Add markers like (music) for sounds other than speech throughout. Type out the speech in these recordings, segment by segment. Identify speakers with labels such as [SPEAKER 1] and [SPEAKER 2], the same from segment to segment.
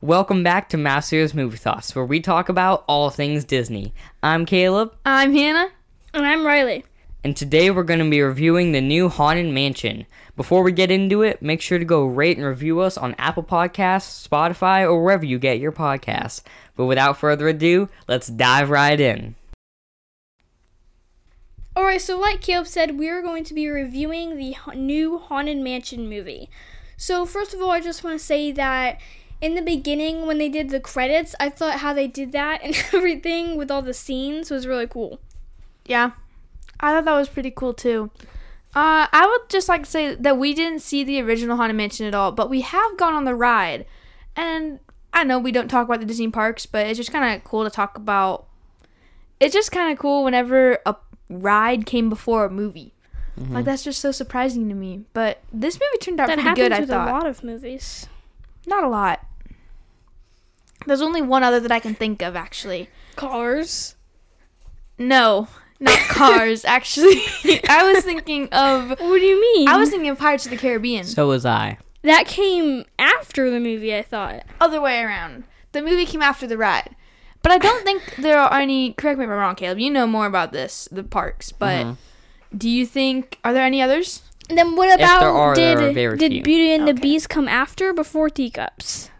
[SPEAKER 1] Welcome back to Masters Movie Thoughts, where we talk about all things Disney. I'm Caleb,
[SPEAKER 2] I'm Hannah.
[SPEAKER 3] And I'm Riley.
[SPEAKER 1] and today we're going to be reviewing the new Haunted Mansion. Before we get into it, make sure to go rate and review us on Apple Podcasts, Spotify, or wherever you get your podcasts. But without further ado, let's dive right in.
[SPEAKER 3] Alright, so like Caleb said, we are going to be reviewing the ha- new Haunted Mansion movie. So, first of all, I just want to say that in the beginning, when they did the credits, I thought how they did that and (laughs) everything with all the scenes was really cool.
[SPEAKER 2] Yeah, I thought that was pretty cool too. Uh, I would just like to say that we didn't see the original Haunted Mansion at all, but we have gone on the ride. And I know we don't talk about the Disney parks, but it's just kind of cool to talk about. It's just kind of cool whenever a ride came before a movie. Like that's just so surprising to me. But this movie turned out
[SPEAKER 3] That
[SPEAKER 2] pretty good.
[SPEAKER 3] happens
[SPEAKER 2] I
[SPEAKER 3] with
[SPEAKER 2] thought
[SPEAKER 3] a lot of movies.
[SPEAKER 2] not a lot. There's only one other that I can think of actually.
[SPEAKER 3] Cars.
[SPEAKER 2] No,
[SPEAKER 1] (laughs)
[SPEAKER 2] not cars. actually, I was thinking of.
[SPEAKER 3] What do you mean?
[SPEAKER 2] I was thinking of Pirates of the Caribbean.
[SPEAKER 1] So was I.
[SPEAKER 3] that came after the movie. I thought.
[SPEAKER 2] Other way around. The movie came after the ride. But I don't think there are any. Correct me if I'm wrong, Caleb. You know more about this, the parks. But
[SPEAKER 1] Mm-hmm.
[SPEAKER 2] do you think are there any others?
[SPEAKER 3] And then what
[SPEAKER 1] there
[SPEAKER 3] about
[SPEAKER 1] are, there
[SPEAKER 3] did
[SPEAKER 1] are very
[SPEAKER 3] did
[SPEAKER 1] few.
[SPEAKER 3] Beauty and the
[SPEAKER 2] Okay.
[SPEAKER 3] Beast come after or before Teacups?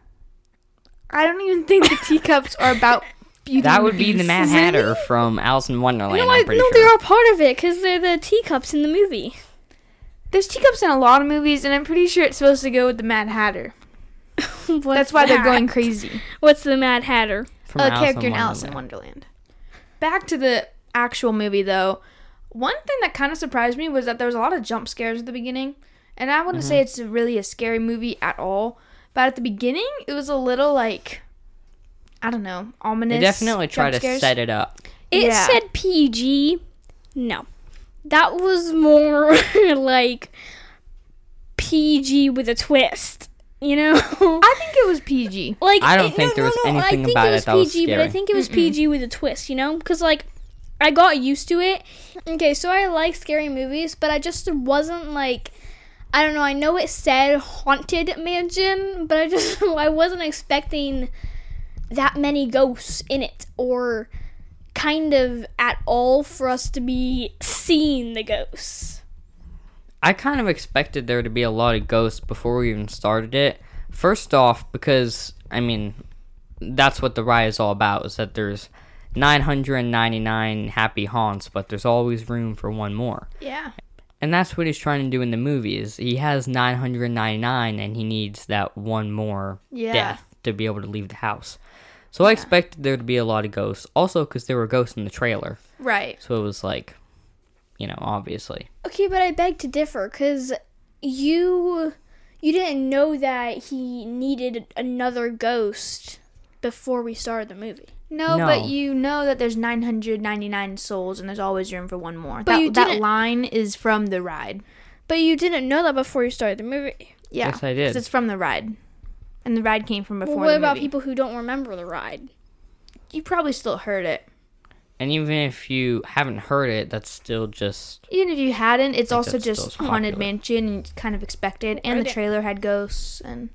[SPEAKER 2] I don't even think the teacups are about beauty.
[SPEAKER 1] That
[SPEAKER 2] and
[SPEAKER 1] would be the
[SPEAKER 2] Beast.
[SPEAKER 1] Mad Hatter from Alice in Wonderland,
[SPEAKER 3] no, I-
[SPEAKER 1] I'm pretty
[SPEAKER 3] no,
[SPEAKER 1] sure.
[SPEAKER 3] they're all part of it because they're the teacups in the movie. (laughs)
[SPEAKER 2] There's teacups in a lot of movies, and I'm pretty sure it's supposed to go with the Mad Hatter.
[SPEAKER 3] What's
[SPEAKER 2] That's why they're
[SPEAKER 3] that?
[SPEAKER 2] going crazy.
[SPEAKER 3] (laughs) What's the Mad Hatter?
[SPEAKER 1] From
[SPEAKER 2] a character in Alice in Wonderland. Back to the actual movie though. One thing that kind of surprised me was that there was a lot of jump scares at the beginning, and I wouldn't
[SPEAKER 1] Mm-hmm.
[SPEAKER 2] say it's really a scary movie at all. But at the beginning, it was a little like I don't know, ominous.
[SPEAKER 1] They definitely try
[SPEAKER 2] jump
[SPEAKER 1] to
[SPEAKER 2] scares.
[SPEAKER 1] set it up.
[SPEAKER 3] It
[SPEAKER 2] Yeah.
[SPEAKER 3] said PG. No, that was more (laughs) like PG with a twist. You know.
[SPEAKER 2] I think it was PG.
[SPEAKER 3] like
[SPEAKER 1] I don't think there was anything
[SPEAKER 3] I think
[SPEAKER 1] about
[SPEAKER 3] it
[SPEAKER 1] it
[SPEAKER 3] was
[SPEAKER 1] that was
[SPEAKER 3] PG, but I
[SPEAKER 1] scary.
[SPEAKER 3] think it was PG with a twist, you know? Because like I got used to it. Okay, so I like scary movies, but I just wasn't like I don't know. I know it said haunted mansion, but I just (laughs) I wasn't expecting that many ghosts in it or kind of at all for us to be seeing the ghosts.
[SPEAKER 1] I kind of expected there to be a lot of ghosts before we even started it. First off, because I mean, that's what the ride is all about: is that there's 999 happy haunts, but there's always room for one more.
[SPEAKER 2] Yeah.
[SPEAKER 1] And that's what he's trying to do in the movie. Is he has 999, and he needs that one more
[SPEAKER 2] Yeah.
[SPEAKER 1] death to be able to leave the house. So I expected there to be a lot of ghosts. Also, because there were ghosts in the trailer,
[SPEAKER 2] Right.
[SPEAKER 1] so it was like, you know, obviously.
[SPEAKER 3] Okay, but I beg to differ because you you didn't know that he needed another ghost before we started the movie.
[SPEAKER 2] No,
[SPEAKER 1] No.
[SPEAKER 2] but you know that there's 999 souls, and there's always room for one more. that
[SPEAKER 3] you
[SPEAKER 2] that
[SPEAKER 3] didn't-
[SPEAKER 2] line is from the ride.
[SPEAKER 3] But you didn't know that before you started the movie.
[SPEAKER 2] Yeah.
[SPEAKER 1] Yes, I did.
[SPEAKER 2] 'cause it's from the ride. And the ride came from before
[SPEAKER 3] Well, what
[SPEAKER 2] the
[SPEAKER 3] about
[SPEAKER 2] movie.
[SPEAKER 3] people who don't remember the ride?
[SPEAKER 2] You probably still heard it.
[SPEAKER 1] And even if you haven't heard it, that's still just
[SPEAKER 2] Even if you hadn't, it's also
[SPEAKER 1] that's
[SPEAKER 2] just
[SPEAKER 1] still
[SPEAKER 2] Haunted
[SPEAKER 1] popular.
[SPEAKER 2] Mansion, and it's kind of expected. And the
[SPEAKER 3] Right.
[SPEAKER 2] trailer had ghosts, and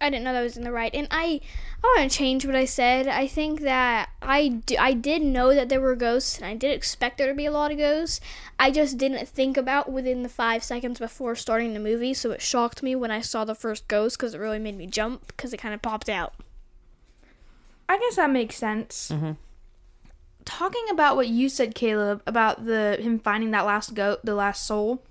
[SPEAKER 3] I didn't know that was in the ride, and I I want to change what I said. I think that I do, I did know that there were ghosts, and I did expect there to be a lot of ghosts. I just didn't think about within the five seconds before starting the movie, so it shocked me when I saw the first ghost because it really made me jump because it kind of popped out.
[SPEAKER 2] I guess that makes sense.
[SPEAKER 1] Mhm.
[SPEAKER 2] Talking about what you said, Caleb, about the him finding that last goat, the last soul.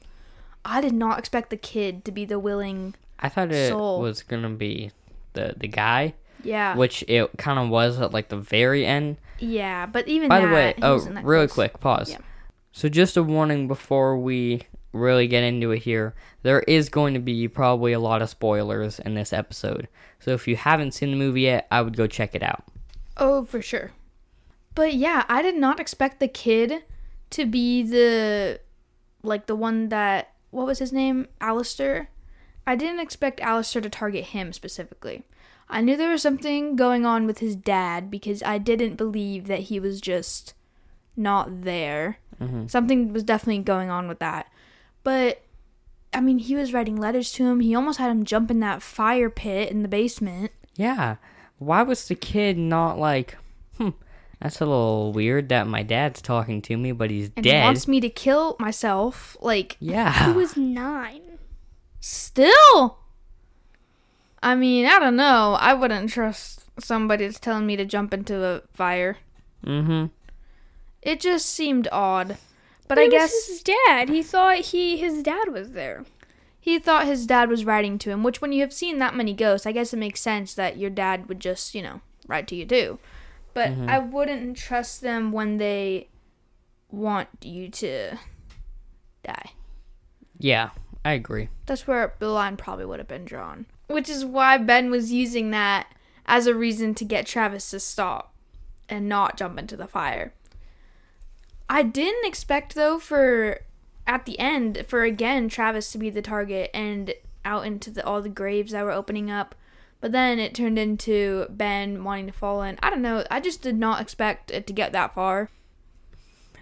[SPEAKER 2] I did not expect the kid to be the willing.
[SPEAKER 1] I thought it
[SPEAKER 2] Soul.
[SPEAKER 1] was gonna be the the guy,
[SPEAKER 2] Yeah,
[SPEAKER 1] which it kind of was at like the very end.
[SPEAKER 2] yeah. But even
[SPEAKER 1] By
[SPEAKER 2] that,
[SPEAKER 1] the way,
[SPEAKER 2] he
[SPEAKER 1] oh,
[SPEAKER 2] wasn't that
[SPEAKER 1] really
[SPEAKER 2] close.
[SPEAKER 1] quick pause.
[SPEAKER 2] Yeah.
[SPEAKER 1] So just a warning before we really get into it here, there is going to be probably a lot of spoilers in this episode. So if you haven't seen the movie yet, I would go check it out.
[SPEAKER 2] Oh, for sure. But yeah, I did not expect the kid to be the like the one that what was his name? Alistair. I didn't expect Alistair to target him specifically. I knew there was something going on with his dad because I didn't believe that he was just not there. Something was definitely going on with that. But I mean, he was writing letters to him. He almost had him jump in that fire pit in the basement.
[SPEAKER 1] Yeah. why was the kid not like, hmm, that's a little weird that my dad's talking to me, but he's
[SPEAKER 2] and he
[SPEAKER 1] dead.
[SPEAKER 2] wants me to kill myself. Like
[SPEAKER 1] yeah.
[SPEAKER 3] He was nine.
[SPEAKER 2] still. I mean, I don't know. I wouldn't trust somebody that's telling me to jump into the fire.
[SPEAKER 1] mm-hmm.
[SPEAKER 2] It just seemed odd. But
[SPEAKER 3] But
[SPEAKER 2] I guess
[SPEAKER 3] his dad. He thought he his dad was there.
[SPEAKER 2] he thought his dad was riding to him, which when you have seen that many ghosts, I guess it makes sense that your dad would just, you know, ride to you too. But I wouldn't trust them when they want you to die.
[SPEAKER 1] Yeah, I agree.
[SPEAKER 2] That's where the line probably would have been drawn. Which is why Ben was using that as a reason to get Travis to stop and not jump into the fire. I didn't expect though for at the end for again Travis to be the target and out into the, all the graves that were opening up. But then it turned into Ben wanting to fall in. I don't know. I just did not expect it to get that far.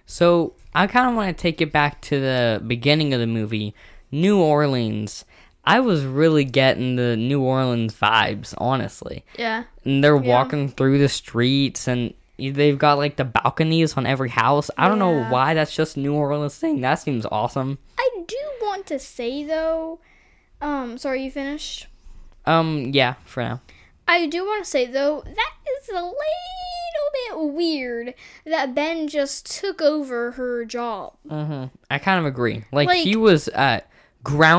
[SPEAKER 1] So I kind of want to take it back to the beginning of the movie, New Orleans. I was really getting the New Orleans vibes, honestly.
[SPEAKER 2] Yeah.
[SPEAKER 1] And they're walking through the streets, and they've got like the balconies on every house. I don't know
[SPEAKER 2] Yeah.
[SPEAKER 1] why that's just New Orleans thing. That seems awesome.
[SPEAKER 3] I do want to say though, um, sorry, you finished.
[SPEAKER 1] Um, yeah, for now.
[SPEAKER 3] I do want to say though that is a little bit weird that Ben just took over her job.
[SPEAKER 1] hmm I kind of agree. Like,
[SPEAKER 3] Like-
[SPEAKER 1] he was at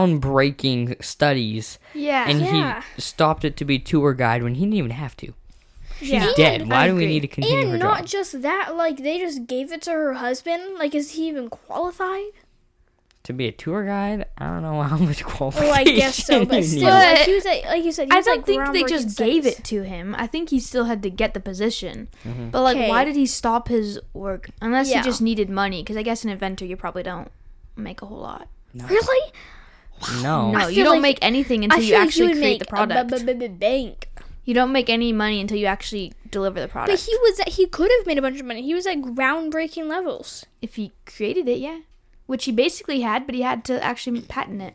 [SPEAKER 1] groundbreaking studies,
[SPEAKER 2] Yeah.
[SPEAKER 1] and
[SPEAKER 3] Yeah.
[SPEAKER 1] he stopped it to be tour guide when he didn't even have to. She's
[SPEAKER 2] Yeah.
[SPEAKER 1] dead. Why
[SPEAKER 2] I
[SPEAKER 1] do we
[SPEAKER 2] agree.
[SPEAKER 1] need to continue her
[SPEAKER 3] And not
[SPEAKER 1] job?
[SPEAKER 3] just that, like they just gave it to her husband. Like, is he
[SPEAKER 1] (laughs)
[SPEAKER 3] even qualified?
[SPEAKER 1] to be a tour guide, I don't know (laughs) how much qualification.
[SPEAKER 3] Well, I guess so,
[SPEAKER 1] (laughs)
[SPEAKER 3] but
[SPEAKER 1] you
[SPEAKER 3] still,
[SPEAKER 1] need.
[SPEAKER 3] like, he was like, like you said, he
[SPEAKER 2] I
[SPEAKER 3] was,
[SPEAKER 2] don't
[SPEAKER 3] like,
[SPEAKER 2] think they
[SPEAKER 3] groundbreaking
[SPEAKER 2] just gave
[SPEAKER 3] science.
[SPEAKER 2] it to him. I think he still had to get the position. But like, why
[SPEAKER 3] Okay.
[SPEAKER 2] did he stop his work? Unless
[SPEAKER 3] Yeah.
[SPEAKER 2] he just needed money, because I guess an inventor you probably don't make a whole lot.
[SPEAKER 3] Really?
[SPEAKER 1] no.
[SPEAKER 2] No,
[SPEAKER 3] I
[SPEAKER 2] you
[SPEAKER 3] feel
[SPEAKER 2] don't
[SPEAKER 3] like-
[SPEAKER 2] make anything until
[SPEAKER 3] I
[SPEAKER 2] you
[SPEAKER 3] feel like you
[SPEAKER 2] actually
[SPEAKER 3] would
[SPEAKER 2] create
[SPEAKER 3] make
[SPEAKER 2] the
[SPEAKER 3] a
[SPEAKER 2] product.
[SPEAKER 3] b- b- b- bank.
[SPEAKER 2] you don't make any money until you actually deliver the product.
[SPEAKER 3] But he was he could have made a bunch of money. He was at groundbreaking levels.
[SPEAKER 2] if he created it, yeah, which he basically had, but he had to actually patent it.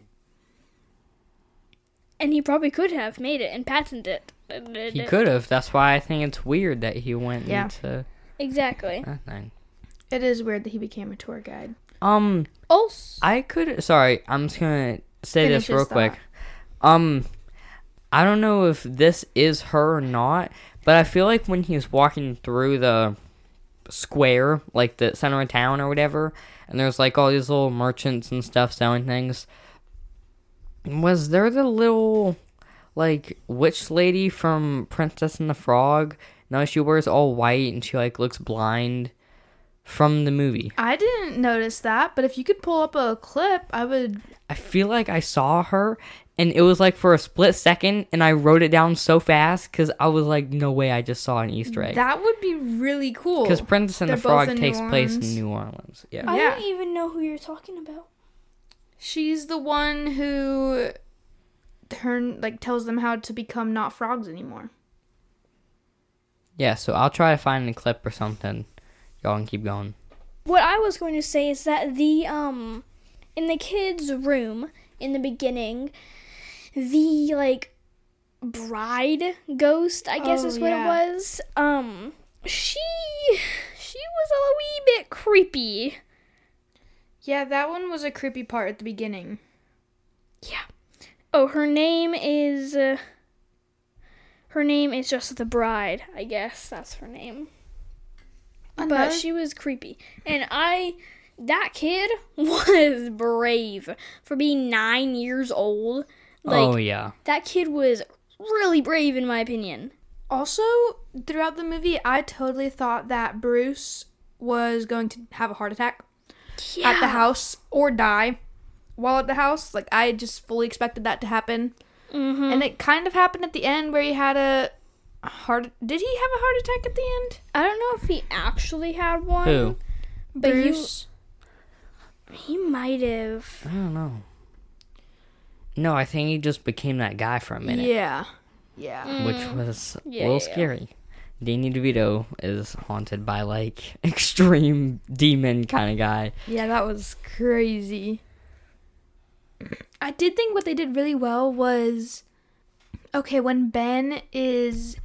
[SPEAKER 3] And he probably could have made it and patented it.
[SPEAKER 1] He could have. That's why I think it's weird that he went
[SPEAKER 2] Yeah.
[SPEAKER 1] into
[SPEAKER 3] Exactly.
[SPEAKER 1] that thing.
[SPEAKER 2] It is weird that he became a tour guide.
[SPEAKER 1] Um,
[SPEAKER 3] Also,
[SPEAKER 1] I could. Sorry, I'm just gonna say
[SPEAKER 2] Finish
[SPEAKER 1] this real
[SPEAKER 2] his
[SPEAKER 1] quick.
[SPEAKER 2] thought.
[SPEAKER 1] Um, I don't know if this is her or not, but I feel like when he was walking through the square, like the center of town or whatever, and there's like all these little merchants and stuff selling things. Was there the little like witch lady from Princess and the Frog? No, she wears all white and she like looks blind from the movie.
[SPEAKER 2] I didn't notice that, but if you could pull up a clip, I would.
[SPEAKER 1] I feel like I saw her and it was like for a split second and I wrote it down so fast cuz I was like no way I just saw an easter egg.
[SPEAKER 2] That would be really cool.
[SPEAKER 1] Cuz Princess and the
[SPEAKER 2] They're both
[SPEAKER 1] Frog
[SPEAKER 2] in
[SPEAKER 1] takes
[SPEAKER 2] New
[SPEAKER 1] place in
[SPEAKER 2] Orleans. Oh.
[SPEAKER 1] New Orleans. Yeah.
[SPEAKER 2] I don't
[SPEAKER 3] even know who you're talking about.
[SPEAKER 2] She's the one who turn like tells them how to become not frogs anymore.
[SPEAKER 1] Yeah, so I'll try to find a clip or something. Y'all can keep going.
[SPEAKER 3] What I was going to say is that the um in the kids' room in the beginning, the like bride ghost, I guess
[SPEAKER 2] Oh,
[SPEAKER 3] is what
[SPEAKER 2] yeah.
[SPEAKER 3] it was. Um she she was a wee bit creepy.
[SPEAKER 2] Yeah, that one was a creepy part at the beginning.
[SPEAKER 3] Oh, her name is uh, her name is just the bride, I guess. That's her name.
[SPEAKER 2] Another-
[SPEAKER 3] But she was creepy. And I that kid (laughs) was brave for being 9 years old. Like
[SPEAKER 1] oh yeah.
[SPEAKER 3] that kid was really brave in my opinion.
[SPEAKER 2] Also, throughout the movie, I totally thought that Bruce was going to have a heart attack at the house or die while at the house. Like I just fully expected that to happen,
[SPEAKER 3] Mhm.
[SPEAKER 2] and it kind of happened at the end where he had a heart. Did he have a heart attack at the end?
[SPEAKER 3] I don't know if he actually had one.
[SPEAKER 1] Who?
[SPEAKER 3] But you-
[SPEAKER 2] Bruce.
[SPEAKER 3] He might have.
[SPEAKER 1] I don't know. No, I think he just became that guy for a minute,
[SPEAKER 2] yeah. Yeah.
[SPEAKER 1] which was a
[SPEAKER 3] Yeah,
[SPEAKER 1] little
[SPEAKER 3] yeah, yeah.
[SPEAKER 1] scary. Danny DeVito is haunted by like (laughs) extreme demon kind of guy.
[SPEAKER 2] Yeah, that was crazy. I did think what they did really well was okay, when Ben is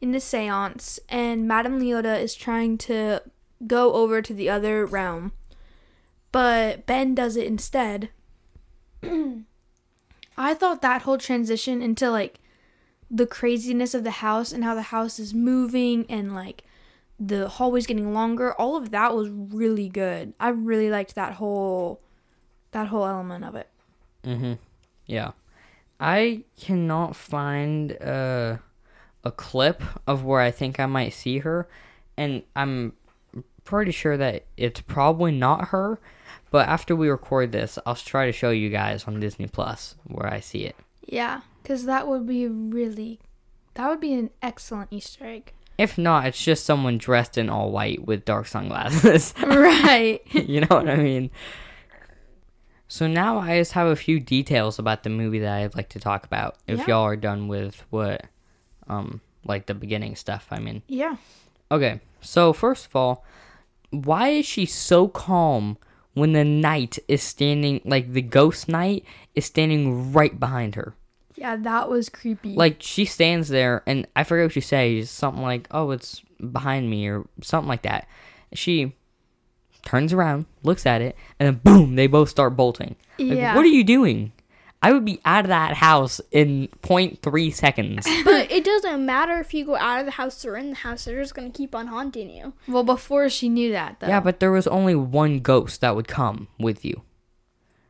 [SPEAKER 2] in the seance, and Madame Leota is trying to go over to the other realm. But Ben does it instead. (clears throat) I thought that whole transition into like the craziness of the house and how the house is moving and like the hallways getting longer, all of that was really good. I really liked that whole that whole element of it.
[SPEAKER 1] Mm-hmm. Yeah. I cannot find uh, a clip of where I think I might see her, and I'm pretty sure that it's probably not her. But after we record this, I'll try to show you guys on Disney Plus where I see it.
[SPEAKER 2] Yeah, cuz that would be really that would be an excellent easter (laughs) egg.
[SPEAKER 1] If not, it's just someone dressed in all white with dark sunglasses. (laughs)
[SPEAKER 2] right.
[SPEAKER 1] you know what I mean? So now I just have a few details about the movie that I'd like to talk about. If
[SPEAKER 2] Yeah.
[SPEAKER 1] y'all are done with what, um, like the beginning stuff. I mean,
[SPEAKER 2] Yeah.
[SPEAKER 1] okay. So first of all, why is she so calm when the knight is standing, like the ghost knight is standing right behind her?
[SPEAKER 2] Yeah, that was creepy.
[SPEAKER 1] Like she stands there, and I forget what she says. Something like, "Oh, it's behind me," or something like that. She turns around, looks at it, and then boom, they both start bolting. Like,
[SPEAKER 2] yeah.
[SPEAKER 1] What are you doing? I would be out of that house in 0.3 seconds.
[SPEAKER 3] But it doesn't matter if you go out of the house or in the house, they're just gonna keep on haunting you.
[SPEAKER 2] well, before she knew that though.
[SPEAKER 1] yeah, but there was only one ghost that would come with you.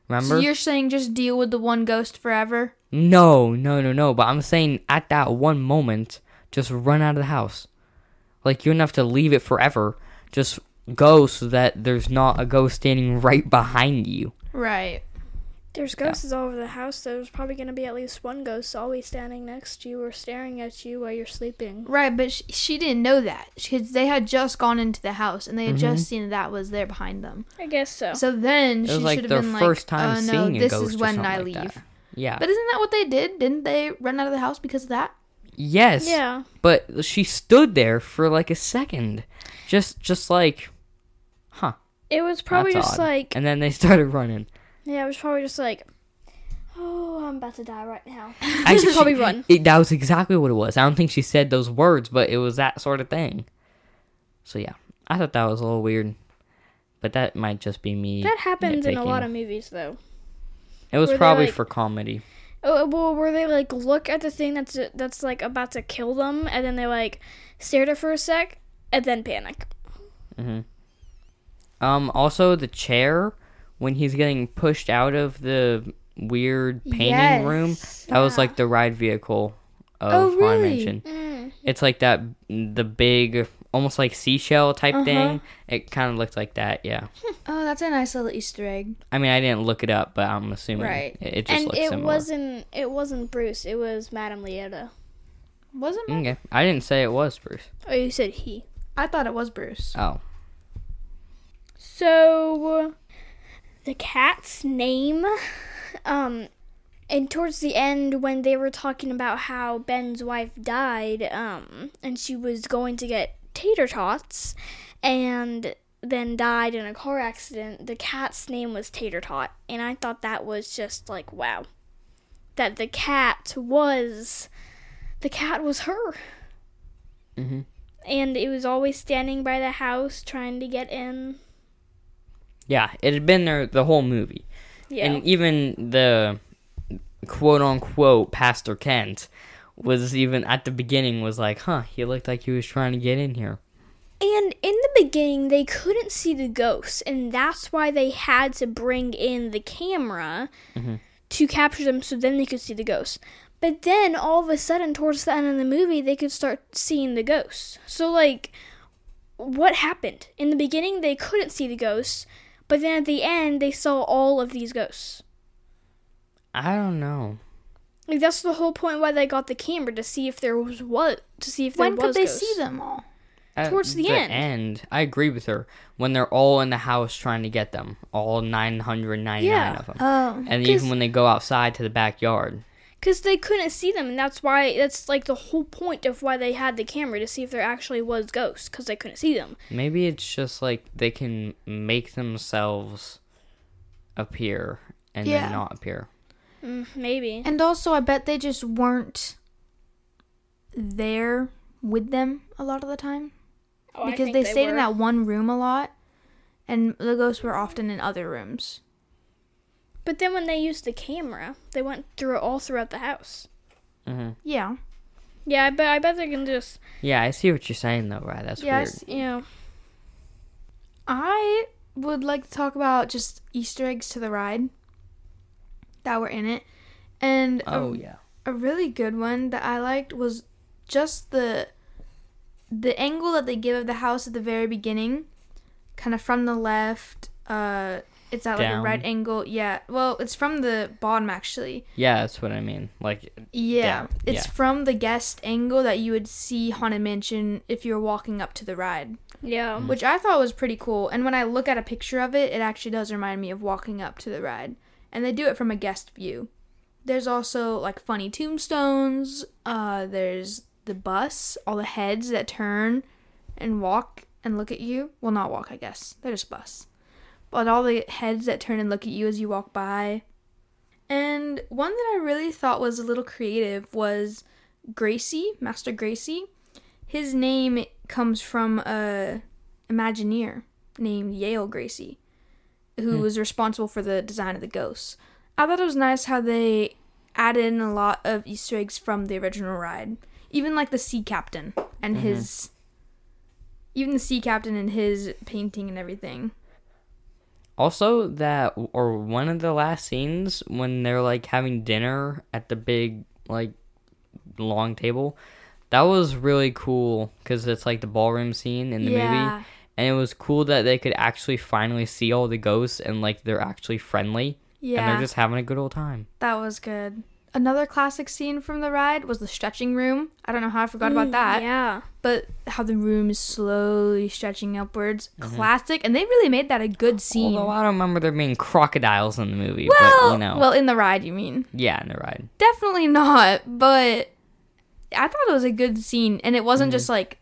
[SPEAKER 2] So
[SPEAKER 1] Remember?
[SPEAKER 2] you're saying just deal with the one ghost forever?
[SPEAKER 1] no, no, no, no. But I'm saying at that one moment, just run out of the house. Like, you don't have to leave it forever. Just go so that there's not a ghost standing right behind you.
[SPEAKER 2] Right.
[SPEAKER 3] There's ghosts all over the house, so there's probably gonna be at least one ghost always standing next to you or staring at you while you're sleeping.
[SPEAKER 2] Right, but she, she didn't know that because they had just gone into the house and they had just seen that was there behind them.
[SPEAKER 3] I guess so.
[SPEAKER 2] So then
[SPEAKER 1] Mm-hmm. It
[SPEAKER 2] she
[SPEAKER 1] was like
[SPEAKER 2] should
[SPEAKER 1] their
[SPEAKER 2] have been
[SPEAKER 1] first
[SPEAKER 2] like,
[SPEAKER 1] time
[SPEAKER 2] "Oh no,
[SPEAKER 1] seeing a
[SPEAKER 2] this
[SPEAKER 1] ghost
[SPEAKER 2] is
[SPEAKER 1] or
[SPEAKER 2] when I
[SPEAKER 1] something
[SPEAKER 2] leave."
[SPEAKER 1] like that. Yeah.
[SPEAKER 2] But isn't that what they did? Didn't they run out of the house because of that?
[SPEAKER 1] yes.
[SPEAKER 3] yeah.
[SPEAKER 1] but she stood there for like a second just just like huh
[SPEAKER 3] It was probably
[SPEAKER 1] that's
[SPEAKER 3] just
[SPEAKER 1] odd.
[SPEAKER 3] like
[SPEAKER 1] and then they (laughs) started running
[SPEAKER 3] yeah, it was probably just like Oh, I'm about to die right now. (laughs)
[SPEAKER 1] i
[SPEAKER 3] should probably run.
[SPEAKER 1] it, that was exactly what it was i don't think she said those words but it was that sort of thing so yeah i thought that was a little weird but that might just be me
[SPEAKER 3] That happens in a lot
[SPEAKER 1] nitpicking.
[SPEAKER 3] of movies though.
[SPEAKER 1] it was
[SPEAKER 3] were they,
[SPEAKER 1] probably
[SPEAKER 3] like-
[SPEAKER 1] for comedy
[SPEAKER 3] Oh, well, where they like look at the thing that's that's like about to kill them, and then they like stare at it for a sec, and then panic.
[SPEAKER 1] um also the chair when he's getting pushed out of the weird painting
[SPEAKER 2] Yes.
[SPEAKER 1] room that was like the ride vehicle of
[SPEAKER 2] Oh,
[SPEAKER 1] Haunted
[SPEAKER 2] really?
[SPEAKER 1] Mansion.
[SPEAKER 3] Mm.
[SPEAKER 1] It's like that the big almost like seashell type
[SPEAKER 3] Uh-huh.
[SPEAKER 1] thing. It kind of looked like that, yeah.
[SPEAKER 2] Oh, that's a nice little Easter egg.
[SPEAKER 1] I mean, I didn't look it up, but I'm assuming
[SPEAKER 2] Right.
[SPEAKER 1] it, it just
[SPEAKER 3] And
[SPEAKER 1] looks
[SPEAKER 3] it
[SPEAKER 1] similar.
[SPEAKER 3] wasn't it wasn't Bruce. It was Madame Leota.
[SPEAKER 2] Wasn't it?
[SPEAKER 1] Okay. I didn't say it was Bruce.
[SPEAKER 3] Oh, you said he.
[SPEAKER 2] I thought it was Bruce.
[SPEAKER 1] Oh.
[SPEAKER 3] So the cat's name um and towards the end when they were talking about how Ben's wife died um and she was going to get tater tots and then died in a car accident the cat's name was tater tot and I thought that was just like wow that the cat was the cat was her
[SPEAKER 1] Mhm.
[SPEAKER 3] and it was always standing by the house trying to get in
[SPEAKER 1] Yeah, it had been there the whole movie.
[SPEAKER 3] yeah
[SPEAKER 1] And even the quote unquote Pastor Kent was even at the beginning was like, "Huh, he looked like he was trying to get in here."
[SPEAKER 3] And in the beginning, they couldn't see the ghosts, and that's why they had to bring in the camera to capture them so then they could see the ghosts. But then all of a sudden, towards the end of the movie, they could start seeing the ghosts. So, like, what happened? In the beginning, they couldn't see the ghosts, but then at the end, they saw all of these ghosts.
[SPEAKER 1] I don't know.
[SPEAKER 3] Like, that's the whole point why they got the camera to see if there was what to see if there
[SPEAKER 2] when could
[SPEAKER 3] was
[SPEAKER 2] they
[SPEAKER 3] ghosts.
[SPEAKER 2] see them all?
[SPEAKER 1] At
[SPEAKER 3] Towards the end.
[SPEAKER 1] end, I agree with her. When they're all in the house trying to get them, all 999
[SPEAKER 3] Yeah. Uh,
[SPEAKER 1] of them.
[SPEAKER 2] Oh.
[SPEAKER 1] And
[SPEAKER 3] 'Cause-
[SPEAKER 1] even when they go outside to the backyard.
[SPEAKER 3] because they couldn't see them and that's why that's like the whole point of why they had the camera to see if there actually was ghosts because they couldn't see them
[SPEAKER 1] Maybe it's just like they can make themselves appear and
[SPEAKER 2] Yeah.
[SPEAKER 1] then not appear.
[SPEAKER 3] mm, maybe
[SPEAKER 2] And also, I bet they just weren't there with them a lot of the time
[SPEAKER 3] Oh, I
[SPEAKER 2] because
[SPEAKER 3] think
[SPEAKER 2] they, stayed in
[SPEAKER 3] were.
[SPEAKER 2] that one room a lot, and the ghosts were often in other rooms.
[SPEAKER 3] But then when they used the camera, they went through it all throughout the house.
[SPEAKER 1] hmm
[SPEAKER 2] Yeah,
[SPEAKER 3] Yeah, I bet I bet they can just
[SPEAKER 1] Yeah, I see what you're saying though, right? That's
[SPEAKER 2] yes,
[SPEAKER 3] you know
[SPEAKER 2] I would like to talk about just Easter eggs to the ride that were in it, and
[SPEAKER 1] weird. Oh
[SPEAKER 2] a,
[SPEAKER 1] yeah.
[SPEAKER 2] a really good one that I liked was just the the angle that they give of the house at the very beginning, kind of from the left. Uh, it's at like a
[SPEAKER 1] Down.
[SPEAKER 2] right angle. Yeah, well, it's from the bottom actually.
[SPEAKER 1] Yeah, that's what I mean. Like
[SPEAKER 2] Yeah,
[SPEAKER 1] Down,
[SPEAKER 2] it's
[SPEAKER 1] yeah.
[SPEAKER 2] from the guest angle that you would see Haunted Mansion if you're walking up to the ride,
[SPEAKER 3] yeah.
[SPEAKER 2] which I thought was pretty cool. And when I look at a picture of it, it actually does remind me of walking up to the ride. And they do it from a guest view. There's also like funny tombstones. Uh, there's the bus, all the heads that turn and walk and look at you. Well, not walk, I guess. They're just bus. But all the heads that turn and look at you as you walk by. And one that I really thought was a little creative was Gracie, Master Gracie. His name comes from a Imagineer named Yale Gracie, who
[SPEAKER 1] Hmm.
[SPEAKER 2] was responsible for the design of the ghosts. I thought it was nice how they added in a lot of Easter eggs from the original ride, even like the sea captain and
[SPEAKER 1] Mm-hmm.
[SPEAKER 2] his, even the sea captain and his painting and everything.
[SPEAKER 1] also that or one of the last scenes when they're like having dinner at the big like long table. That was really cool because it's like the ballroom scene in the movie.
[SPEAKER 2] yeah,
[SPEAKER 1] and it was cool that they could actually finally see all the ghosts and like they're actually friendly and
[SPEAKER 2] yeah,
[SPEAKER 1] they're just having a good old time.
[SPEAKER 2] that was good. Another classic scene from the ride was the stretching room. I don't know how I forgot about that.
[SPEAKER 3] Yeah.
[SPEAKER 2] but how the room is slowly stretching upwards.
[SPEAKER 1] Mm-hmm.
[SPEAKER 2] Classic. And they really made that a good scene.
[SPEAKER 1] Although I don't remember there being crocodiles in the movie,
[SPEAKER 2] well,
[SPEAKER 1] but you know,
[SPEAKER 2] well, in the ride, you mean.
[SPEAKER 1] yeah, in the ride.
[SPEAKER 2] Definitely not, but I thought it was a good scene. And it wasn't just like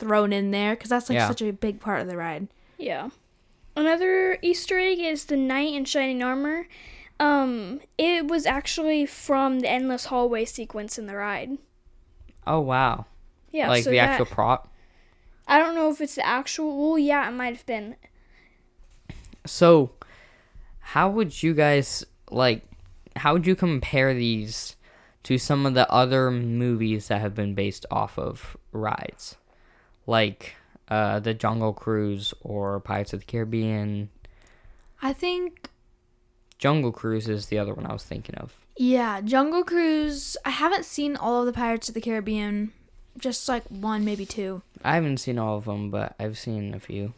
[SPEAKER 2] thrown in there because that's like
[SPEAKER 1] Mm-hmm. Yeah.
[SPEAKER 2] such a big part of the ride.
[SPEAKER 3] Yeah. Another Easter egg is the knight in shining armor. Um, it was actually from the endless hallway sequence in the ride.
[SPEAKER 1] Oh wow,
[SPEAKER 3] Yeah,
[SPEAKER 1] like
[SPEAKER 3] so
[SPEAKER 1] the
[SPEAKER 3] that-
[SPEAKER 1] actual prop.
[SPEAKER 3] I don't know if it's the actual. Well, yeah, it might have been.
[SPEAKER 1] So, how would you guys like? How would you compare these to some of the other movies that have been based off of rides, like uh, the Jungle Cruise or Pirates of the Caribbean?
[SPEAKER 2] I think,
[SPEAKER 1] Jungle Cruise is the other one I was thinking of.
[SPEAKER 2] yeah, Jungle Cruise. I haven't seen all of the Pirates of the Caribbean, just like one, maybe two.
[SPEAKER 1] I haven't seen all of them, but I've seen a few.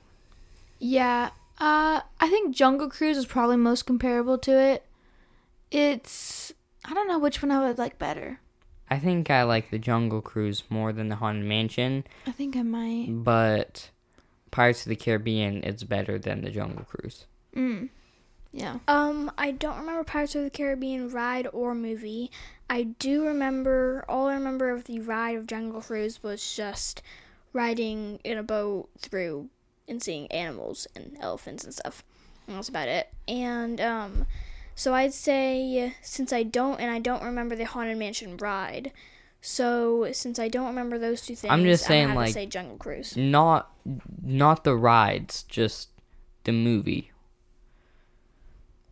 [SPEAKER 2] Yeah, uh, I think Jungle Cruise is probably most comparable to it. It's I don't know which one I would like better.
[SPEAKER 1] I think I like the Jungle Cruise more than the Haunted Mansion,
[SPEAKER 2] I think I might.
[SPEAKER 1] but Pirates of the Caribbean is better than the Jungle Cruise.
[SPEAKER 2] Mm. Yeah.
[SPEAKER 3] Um, I don't remember Pirates of the Caribbean ride or movie. I do remember all I remember of the ride of Jungle Cruise was just riding in a boat through and seeing animals and elephants and stuff. And that's about it. And um, so I'd say since I don't and I don't remember the Haunted Mansion ride. So since I don't remember those two things,
[SPEAKER 1] I'm just saying,
[SPEAKER 3] gonna have to
[SPEAKER 1] like-
[SPEAKER 3] say Jungle Cruise.
[SPEAKER 1] Not not the rides, just the movie.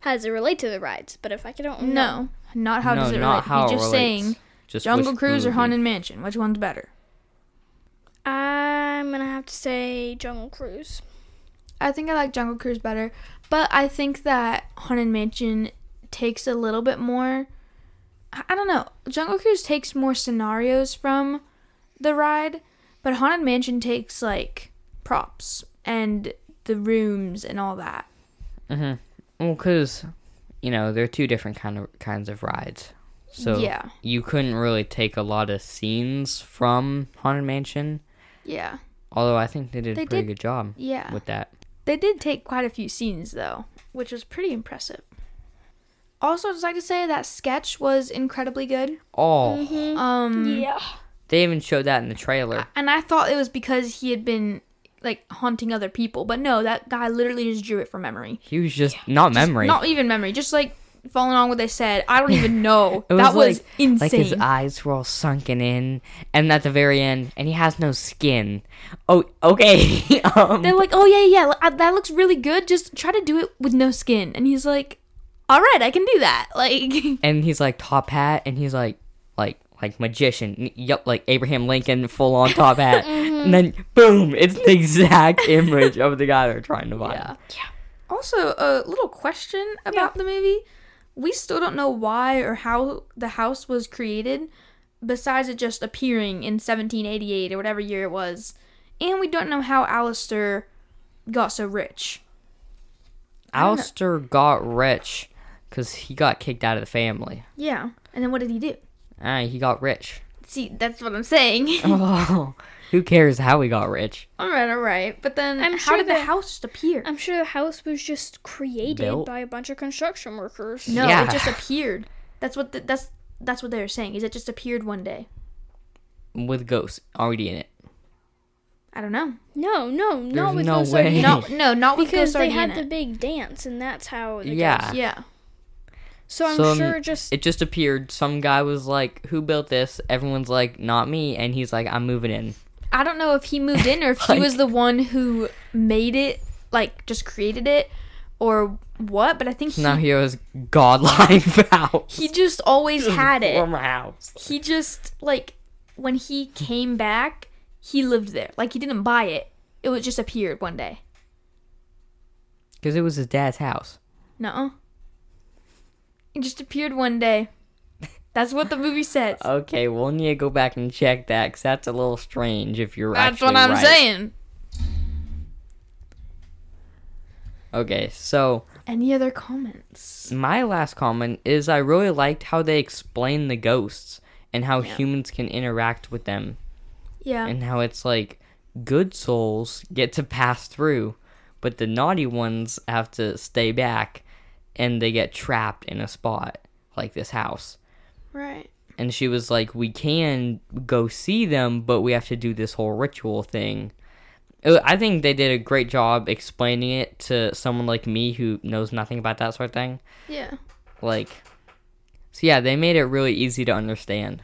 [SPEAKER 3] How does it relate to the rides? But if I don't know,
[SPEAKER 2] No, not how
[SPEAKER 1] no,
[SPEAKER 2] does it
[SPEAKER 1] not
[SPEAKER 2] relate.
[SPEAKER 1] how
[SPEAKER 2] He's
[SPEAKER 1] it
[SPEAKER 2] just
[SPEAKER 1] relates,
[SPEAKER 2] saying
[SPEAKER 1] just
[SPEAKER 2] Jungle
[SPEAKER 1] which
[SPEAKER 2] Cruise or
[SPEAKER 1] movie.
[SPEAKER 2] Haunted Mansion. Which one's better?
[SPEAKER 3] I'm gonna have to say Jungle Cruise.
[SPEAKER 2] I think I like Jungle Cruise better, but I think that Haunted Mansion takes a little bit more. I I don't know. Jungle Cruise takes more scenarios from the ride, but Haunted Mansion takes like props and the rooms and all that.
[SPEAKER 1] Mhm. Well, because you know they're two different kind of kinds of rides, so
[SPEAKER 2] Yeah.
[SPEAKER 1] you couldn't really take a lot of scenes from Haunted Mansion.
[SPEAKER 2] Yeah.
[SPEAKER 1] Although I think they did
[SPEAKER 2] They
[SPEAKER 1] a pretty
[SPEAKER 2] did-
[SPEAKER 1] good job
[SPEAKER 2] Yeah.
[SPEAKER 1] with that.
[SPEAKER 2] They did take quite a few scenes though, which was pretty impressive. Also, I'd just like to say that sketch was incredibly good.
[SPEAKER 1] Oh,
[SPEAKER 2] Um
[SPEAKER 3] Yeah.
[SPEAKER 1] they even showed that in the trailer.
[SPEAKER 2] And I thought it was because he had been like haunting other people, but no, that guy literally just drew it from memory.
[SPEAKER 1] He was just not memory.
[SPEAKER 2] Not even memory, just like following on what they said, I
[SPEAKER 1] (laughs)
[SPEAKER 2] don't even know.
[SPEAKER 1] It
[SPEAKER 2] that was
[SPEAKER 1] like,
[SPEAKER 2] insane.
[SPEAKER 1] Like his eyes were all sunken in, and at the very end, and he has no skin. Oh, okay. (laughs) um,
[SPEAKER 2] They're like, oh yeah, yeah, li- uh, that looks really good. Just try to do it with no skin. And he's like, all right, I can do that. (laughs) Like,
[SPEAKER 1] and he's like top hat, and he's like, like, like magician. N- Yup, like Abraham Lincoln, full on top
[SPEAKER 2] (laughs)
[SPEAKER 1] hat.
[SPEAKER 2] Mm-hmm.
[SPEAKER 1] And then boom, it's the exact (laughs) image of the guy they're trying to find.
[SPEAKER 2] also a little question about the movie. We still don't know why or how the house was created, besides it just appearing in 1788 or whatever year it was, and we don't know how Alistair got so rich.
[SPEAKER 1] Alistair got rich because he got kicked out of the family.
[SPEAKER 2] Yeah, and then what did he do?
[SPEAKER 1] Ah, he got
[SPEAKER 2] (laughs)
[SPEAKER 1] rich. (laughs)
[SPEAKER 2] See, that's what
[SPEAKER 3] (laughs)
[SPEAKER 2] I'm saying. (laughs)
[SPEAKER 1] Oh, who cares how he got rich?
[SPEAKER 2] all right, all right. But then,
[SPEAKER 3] I'm
[SPEAKER 2] how
[SPEAKER 3] sure
[SPEAKER 2] did the
[SPEAKER 3] that-
[SPEAKER 2] house just appear?
[SPEAKER 3] I'm sure the house was just created
[SPEAKER 1] Built.
[SPEAKER 3] by a bunch of construction workers.
[SPEAKER 2] No,
[SPEAKER 1] Yeah.
[SPEAKER 2] it
[SPEAKER 3] (laughs)
[SPEAKER 2] just appeared. That's what the, that's that's what they were saying. Is it just appeared one day?
[SPEAKER 1] With ghosts already in it.
[SPEAKER 2] I don't
[SPEAKER 3] (laughs)
[SPEAKER 2] know.
[SPEAKER 3] No, no,
[SPEAKER 1] There's
[SPEAKER 3] (laughs) not with
[SPEAKER 1] no
[SPEAKER 3] those
[SPEAKER 1] way.
[SPEAKER 3] sardines.
[SPEAKER 2] No, no, not with
[SPEAKER 3] because
[SPEAKER 2] Ghost
[SPEAKER 3] they
[SPEAKER 2] Already
[SPEAKER 3] had
[SPEAKER 2] in
[SPEAKER 3] the
[SPEAKER 2] it.
[SPEAKER 3] big dance, and that's how. The
[SPEAKER 1] Yeah.
[SPEAKER 2] yeah.
[SPEAKER 3] So I'm
[SPEAKER 1] So, um,
[SPEAKER 3] sure just
[SPEAKER 1] It just appeared. Some guy was like, "Who built this?" Everyone's like, "Not me," and he's like, "I'm moving in."
[SPEAKER 2] I don't know if he moved in or
[SPEAKER 1] (laughs)
[SPEAKER 2] if he
[SPEAKER 1] Like-
[SPEAKER 2] was the one who made it, like just created it, or what. But I think he,
[SPEAKER 1] Now he owes (laughs) godlike vows.
[SPEAKER 2] he just always had
[SPEAKER 1] For
[SPEAKER 2] it.
[SPEAKER 1] my house.
[SPEAKER 2] He just like when he came back, he lived there. Like he didn't buy it. It was just appeared one day.
[SPEAKER 1] Because it was his dad's house.
[SPEAKER 2] No. It just appeared one day. That's what the movie says.
[SPEAKER 1] Okay, we'll need to go back and check that because that's a little strange. If you're
[SPEAKER 2] That's
[SPEAKER 1] actually
[SPEAKER 2] what I'm
[SPEAKER 1] right.
[SPEAKER 2] saying.
[SPEAKER 1] Okay, so
[SPEAKER 2] Any other comments?
[SPEAKER 1] my last comment is I really liked how they explained the ghosts and how humans can interact with them
[SPEAKER 2] Yeah.
[SPEAKER 1] and how it's like good souls get to pass through, but the naughty ones have to stay back and they get trapped in a spot like this house.
[SPEAKER 2] right.
[SPEAKER 1] And she was like, We can go see them, but we have to do this whole ritual thing. Uh, I think they did a great job explaining it to someone like me who knows nothing about that sort of thing.
[SPEAKER 2] Yeah.
[SPEAKER 1] Like, so yeah, they made it really easy to understand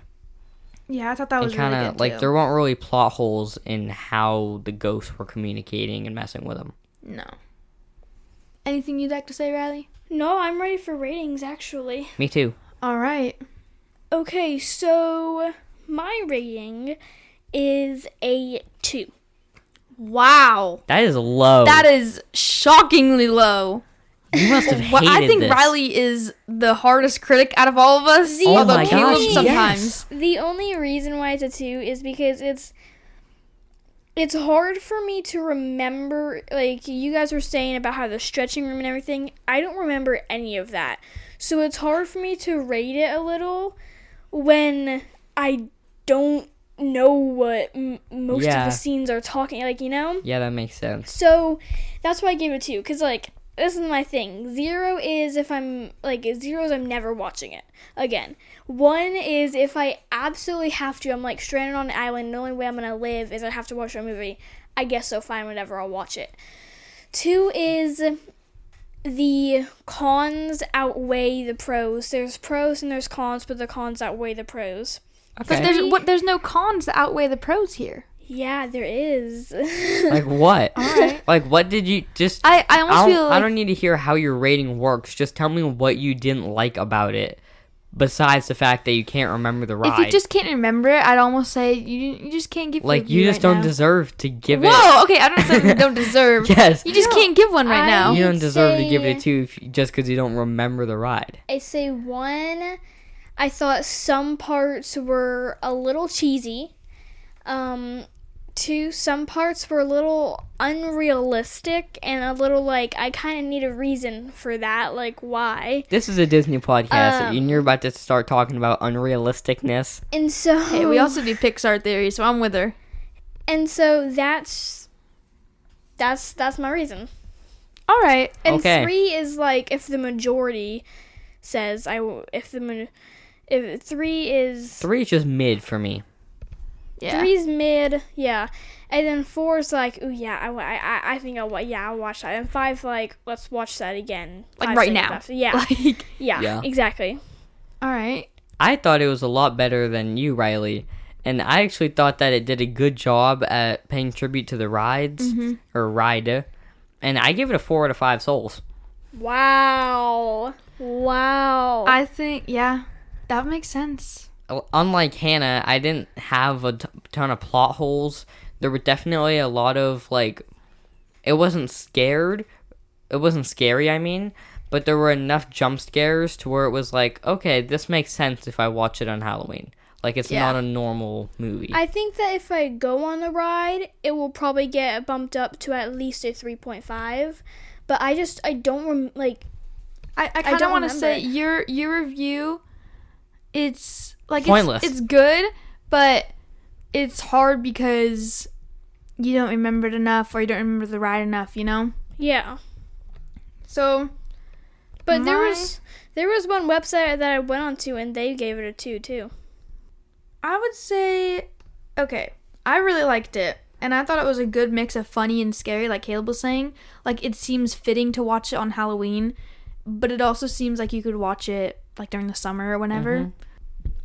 [SPEAKER 2] Yeah, I thought that
[SPEAKER 1] and
[SPEAKER 2] was
[SPEAKER 1] kind of
[SPEAKER 2] really good
[SPEAKER 1] like
[SPEAKER 2] too.
[SPEAKER 1] there weren't really plot holes in how the ghosts were communicating and messing with them.
[SPEAKER 2] no. Anything you'd like to say, Riley?
[SPEAKER 3] no. I'm ready for ratings actually.
[SPEAKER 1] Me too.
[SPEAKER 2] All right.
[SPEAKER 3] Okay, so my rating is a two.
[SPEAKER 2] Wow.
[SPEAKER 1] That is low.
[SPEAKER 2] That is shockingly low.
[SPEAKER 1] you must have
[SPEAKER 2] Well,
[SPEAKER 1] hated
[SPEAKER 2] I think
[SPEAKER 1] this.
[SPEAKER 2] Riley is the hardest critic out of all of us.
[SPEAKER 3] Oh
[SPEAKER 2] although
[SPEAKER 3] my
[SPEAKER 2] Caleb
[SPEAKER 3] gosh,
[SPEAKER 2] sometimes.
[SPEAKER 1] yes.
[SPEAKER 3] The only reason why it's a two is because it's it's hard for me to remember like you guys were saying about how the stretching room and everything. I don't remember any of that. So it's hard for me to rate it a little when I don't know what m- most
[SPEAKER 1] Yeah.
[SPEAKER 3] of the scenes are talking like, you know?
[SPEAKER 1] Yeah, that makes sense.
[SPEAKER 3] So that's why I gave it a two, because like this is my thing. Zero is if I'm like zero is I'm never watching it again. One is if I absolutely have to. I'm like stranded on an island. The only way I'm gonna live is I have to watch a movie. I guess so. Fine, whatever. I'll watch it. Two is the cons outweigh the pros. There's pros and there's cons, but the cons outweigh the pros.
[SPEAKER 2] But
[SPEAKER 1] Okay.
[SPEAKER 2] there's what there's no cons that outweigh the pros here.
[SPEAKER 3] Yeah, there is. (laughs)
[SPEAKER 1] like
[SPEAKER 2] (laughs)
[SPEAKER 1] what?
[SPEAKER 2] Alright.
[SPEAKER 1] Like what did you just?
[SPEAKER 2] I, I almost
[SPEAKER 1] I
[SPEAKER 2] feel
[SPEAKER 1] don't,
[SPEAKER 2] like
[SPEAKER 1] I don't need to hear how your rating works. Just tell me what you didn't like about it, besides the fact that you can't remember the ride.
[SPEAKER 2] If you just can't remember it, I'd almost say you, you just can't give.
[SPEAKER 1] like
[SPEAKER 2] review
[SPEAKER 1] you just
[SPEAKER 2] right
[SPEAKER 1] don't
[SPEAKER 2] now.
[SPEAKER 1] deserve to give it.
[SPEAKER 2] Whoa, okay, I don't say you don't
[SPEAKER 1] (laughs)
[SPEAKER 2] deserve.
[SPEAKER 1] Yes.
[SPEAKER 2] You just can't give one right
[SPEAKER 3] I-
[SPEAKER 2] now.
[SPEAKER 1] You don't
[SPEAKER 3] would
[SPEAKER 1] deserve to give it
[SPEAKER 3] say-
[SPEAKER 1] a two if you, just because you don't remember the ride.
[SPEAKER 3] I say one. I thought some parts were a little cheesy. Um, two, some parts were a little unrealistic and a little like I kind of need a reason for that, like why.
[SPEAKER 1] This is a Disney podcast,
[SPEAKER 3] Um,
[SPEAKER 1] and you're about to start talking about unrealisticness.
[SPEAKER 3] And so
[SPEAKER 2] Hey, we also do Pixar theory, so I'm with her.
[SPEAKER 3] (laughs) and so that's that's that's my reason.
[SPEAKER 2] All right.
[SPEAKER 3] And
[SPEAKER 1] Okay.
[SPEAKER 3] three is like if the majority says I w- if the ma- if three is
[SPEAKER 1] Three is just mid for me.
[SPEAKER 2] Yeah.
[SPEAKER 3] Three's mid, yeah, and then four's like, oh yeah, I, wa- I, I- I think I, wa- yeah, I'll watch that. And five's like, let's watch that again,
[SPEAKER 2] Like
[SPEAKER 3] Five,
[SPEAKER 2] right
[SPEAKER 3] six,
[SPEAKER 2] now.
[SPEAKER 3] five, six.
[SPEAKER 2] (laughs)
[SPEAKER 3] yeah,
[SPEAKER 2] Like,
[SPEAKER 3] yeah,
[SPEAKER 1] Yeah.
[SPEAKER 3] exactly.
[SPEAKER 2] all right.
[SPEAKER 1] I thought it was a lot better than you, Riley. And I actually thought that it did a good job at paying tribute to the rides or ride. And I give it a four out of five souls.
[SPEAKER 3] Wow, wow.
[SPEAKER 2] I think, yeah, that makes sense.
[SPEAKER 1] Unlike Hannah, I didn't have a t- ton of plot holes. There were definitely a lot of like, it wasn't scared. It wasn't scary. I mean, but there were enough jump scares to where it was like, okay, this makes sense if I watch it on Halloween. Like it's
[SPEAKER 2] Yeah.
[SPEAKER 1] not a normal movie.
[SPEAKER 3] I think that if I go on a ride, it will probably get bumped up to at least a three point five. But I just I don't rem- like
[SPEAKER 2] I, I kind of
[SPEAKER 3] don't
[SPEAKER 2] want to say
[SPEAKER 3] remember.
[SPEAKER 2] your your review. It's like
[SPEAKER 1] Pointless.
[SPEAKER 2] It's, it's good, but it's hard because you don't remember it enough, or you don't remember the ride enough. You know.
[SPEAKER 3] yeah.
[SPEAKER 2] So
[SPEAKER 3] But there
[SPEAKER 2] My-
[SPEAKER 3] was there was one website that I went onto and they gave it a two too.
[SPEAKER 2] I would say, okay, I really liked it. And I thought it was a good mix of funny and scary, like Caleb was saying. Like, it seems fitting to watch it on Halloween, but it also seems like you could watch it, like, during the summer or whenever.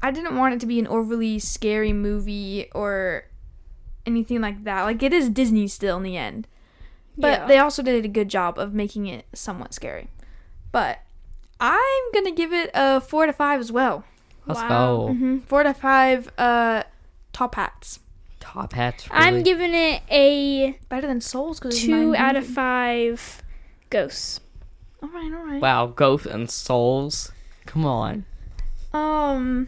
[SPEAKER 2] I didn't want it to be an overly scary movie or anything like that. Like, it is Disney still in the end. But
[SPEAKER 3] Yeah.
[SPEAKER 2] they also did a good job of making it somewhat scary. But I'm going to give it a four to five as well.
[SPEAKER 1] Let's
[SPEAKER 3] Wow.
[SPEAKER 1] go.
[SPEAKER 3] Mm-hmm.
[SPEAKER 2] hmm Four to five uh, top hats.
[SPEAKER 1] Top hats. Really.
[SPEAKER 3] I'm giving it a
[SPEAKER 2] Better than souls because
[SPEAKER 3] two out of five ghosts.
[SPEAKER 2] All right, all right.
[SPEAKER 1] Wow, Ghost and Souls. Come on.
[SPEAKER 2] Um,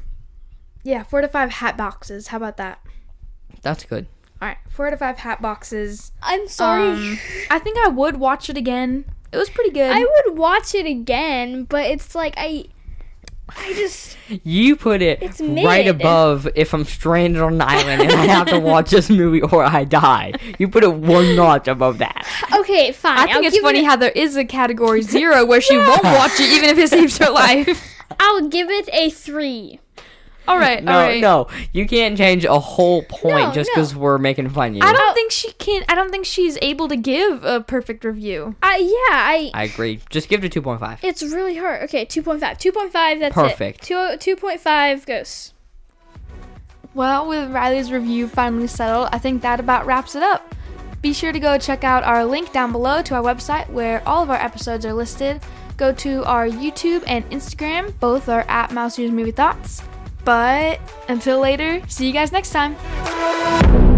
[SPEAKER 2] yeah, four to five hat boxes. How about that?
[SPEAKER 1] That's good.
[SPEAKER 2] All right, four out of five hat boxes.
[SPEAKER 3] I'm sorry.
[SPEAKER 2] Um, I think I would watch it again. It was pretty good.
[SPEAKER 3] I would watch it again, but it's like I I just
[SPEAKER 1] You put it
[SPEAKER 3] It's
[SPEAKER 1] right
[SPEAKER 3] mid.
[SPEAKER 1] above if I'm stranded on an island and I have to watch this movie or I die. You put it one notch above that.
[SPEAKER 3] Okay, fine.
[SPEAKER 2] I think
[SPEAKER 3] I'll
[SPEAKER 2] it's
[SPEAKER 3] give it
[SPEAKER 2] funny
[SPEAKER 3] a-
[SPEAKER 2] how there is
[SPEAKER 3] (laughs)
[SPEAKER 2] a category zero where she won't watch it even if it saves her life.
[SPEAKER 3] I'll give it a 3.
[SPEAKER 2] All right,
[SPEAKER 1] No,
[SPEAKER 2] all right.
[SPEAKER 1] no. You can't change a whole point
[SPEAKER 3] No,
[SPEAKER 1] just
[SPEAKER 3] no.
[SPEAKER 1] because we're making fun of you.
[SPEAKER 2] I don't think she can. I don't think she's able to give a perfect review.
[SPEAKER 3] I yeah, I
[SPEAKER 1] I agree. Just give it a 2.5.
[SPEAKER 3] It's really hard. Okay, 2.5. 2.5, that's
[SPEAKER 1] Perfect.
[SPEAKER 3] it. Two, 2.5 ghosts.
[SPEAKER 2] Well, with Riley's review finally settled, I think that about wraps it up. Be sure to go check out our link down below to our website where all of our episodes are listed. Go to our YouTube and Instagram, both are at Mouse Ears Movie Thoughts. But until later, see you guys next time.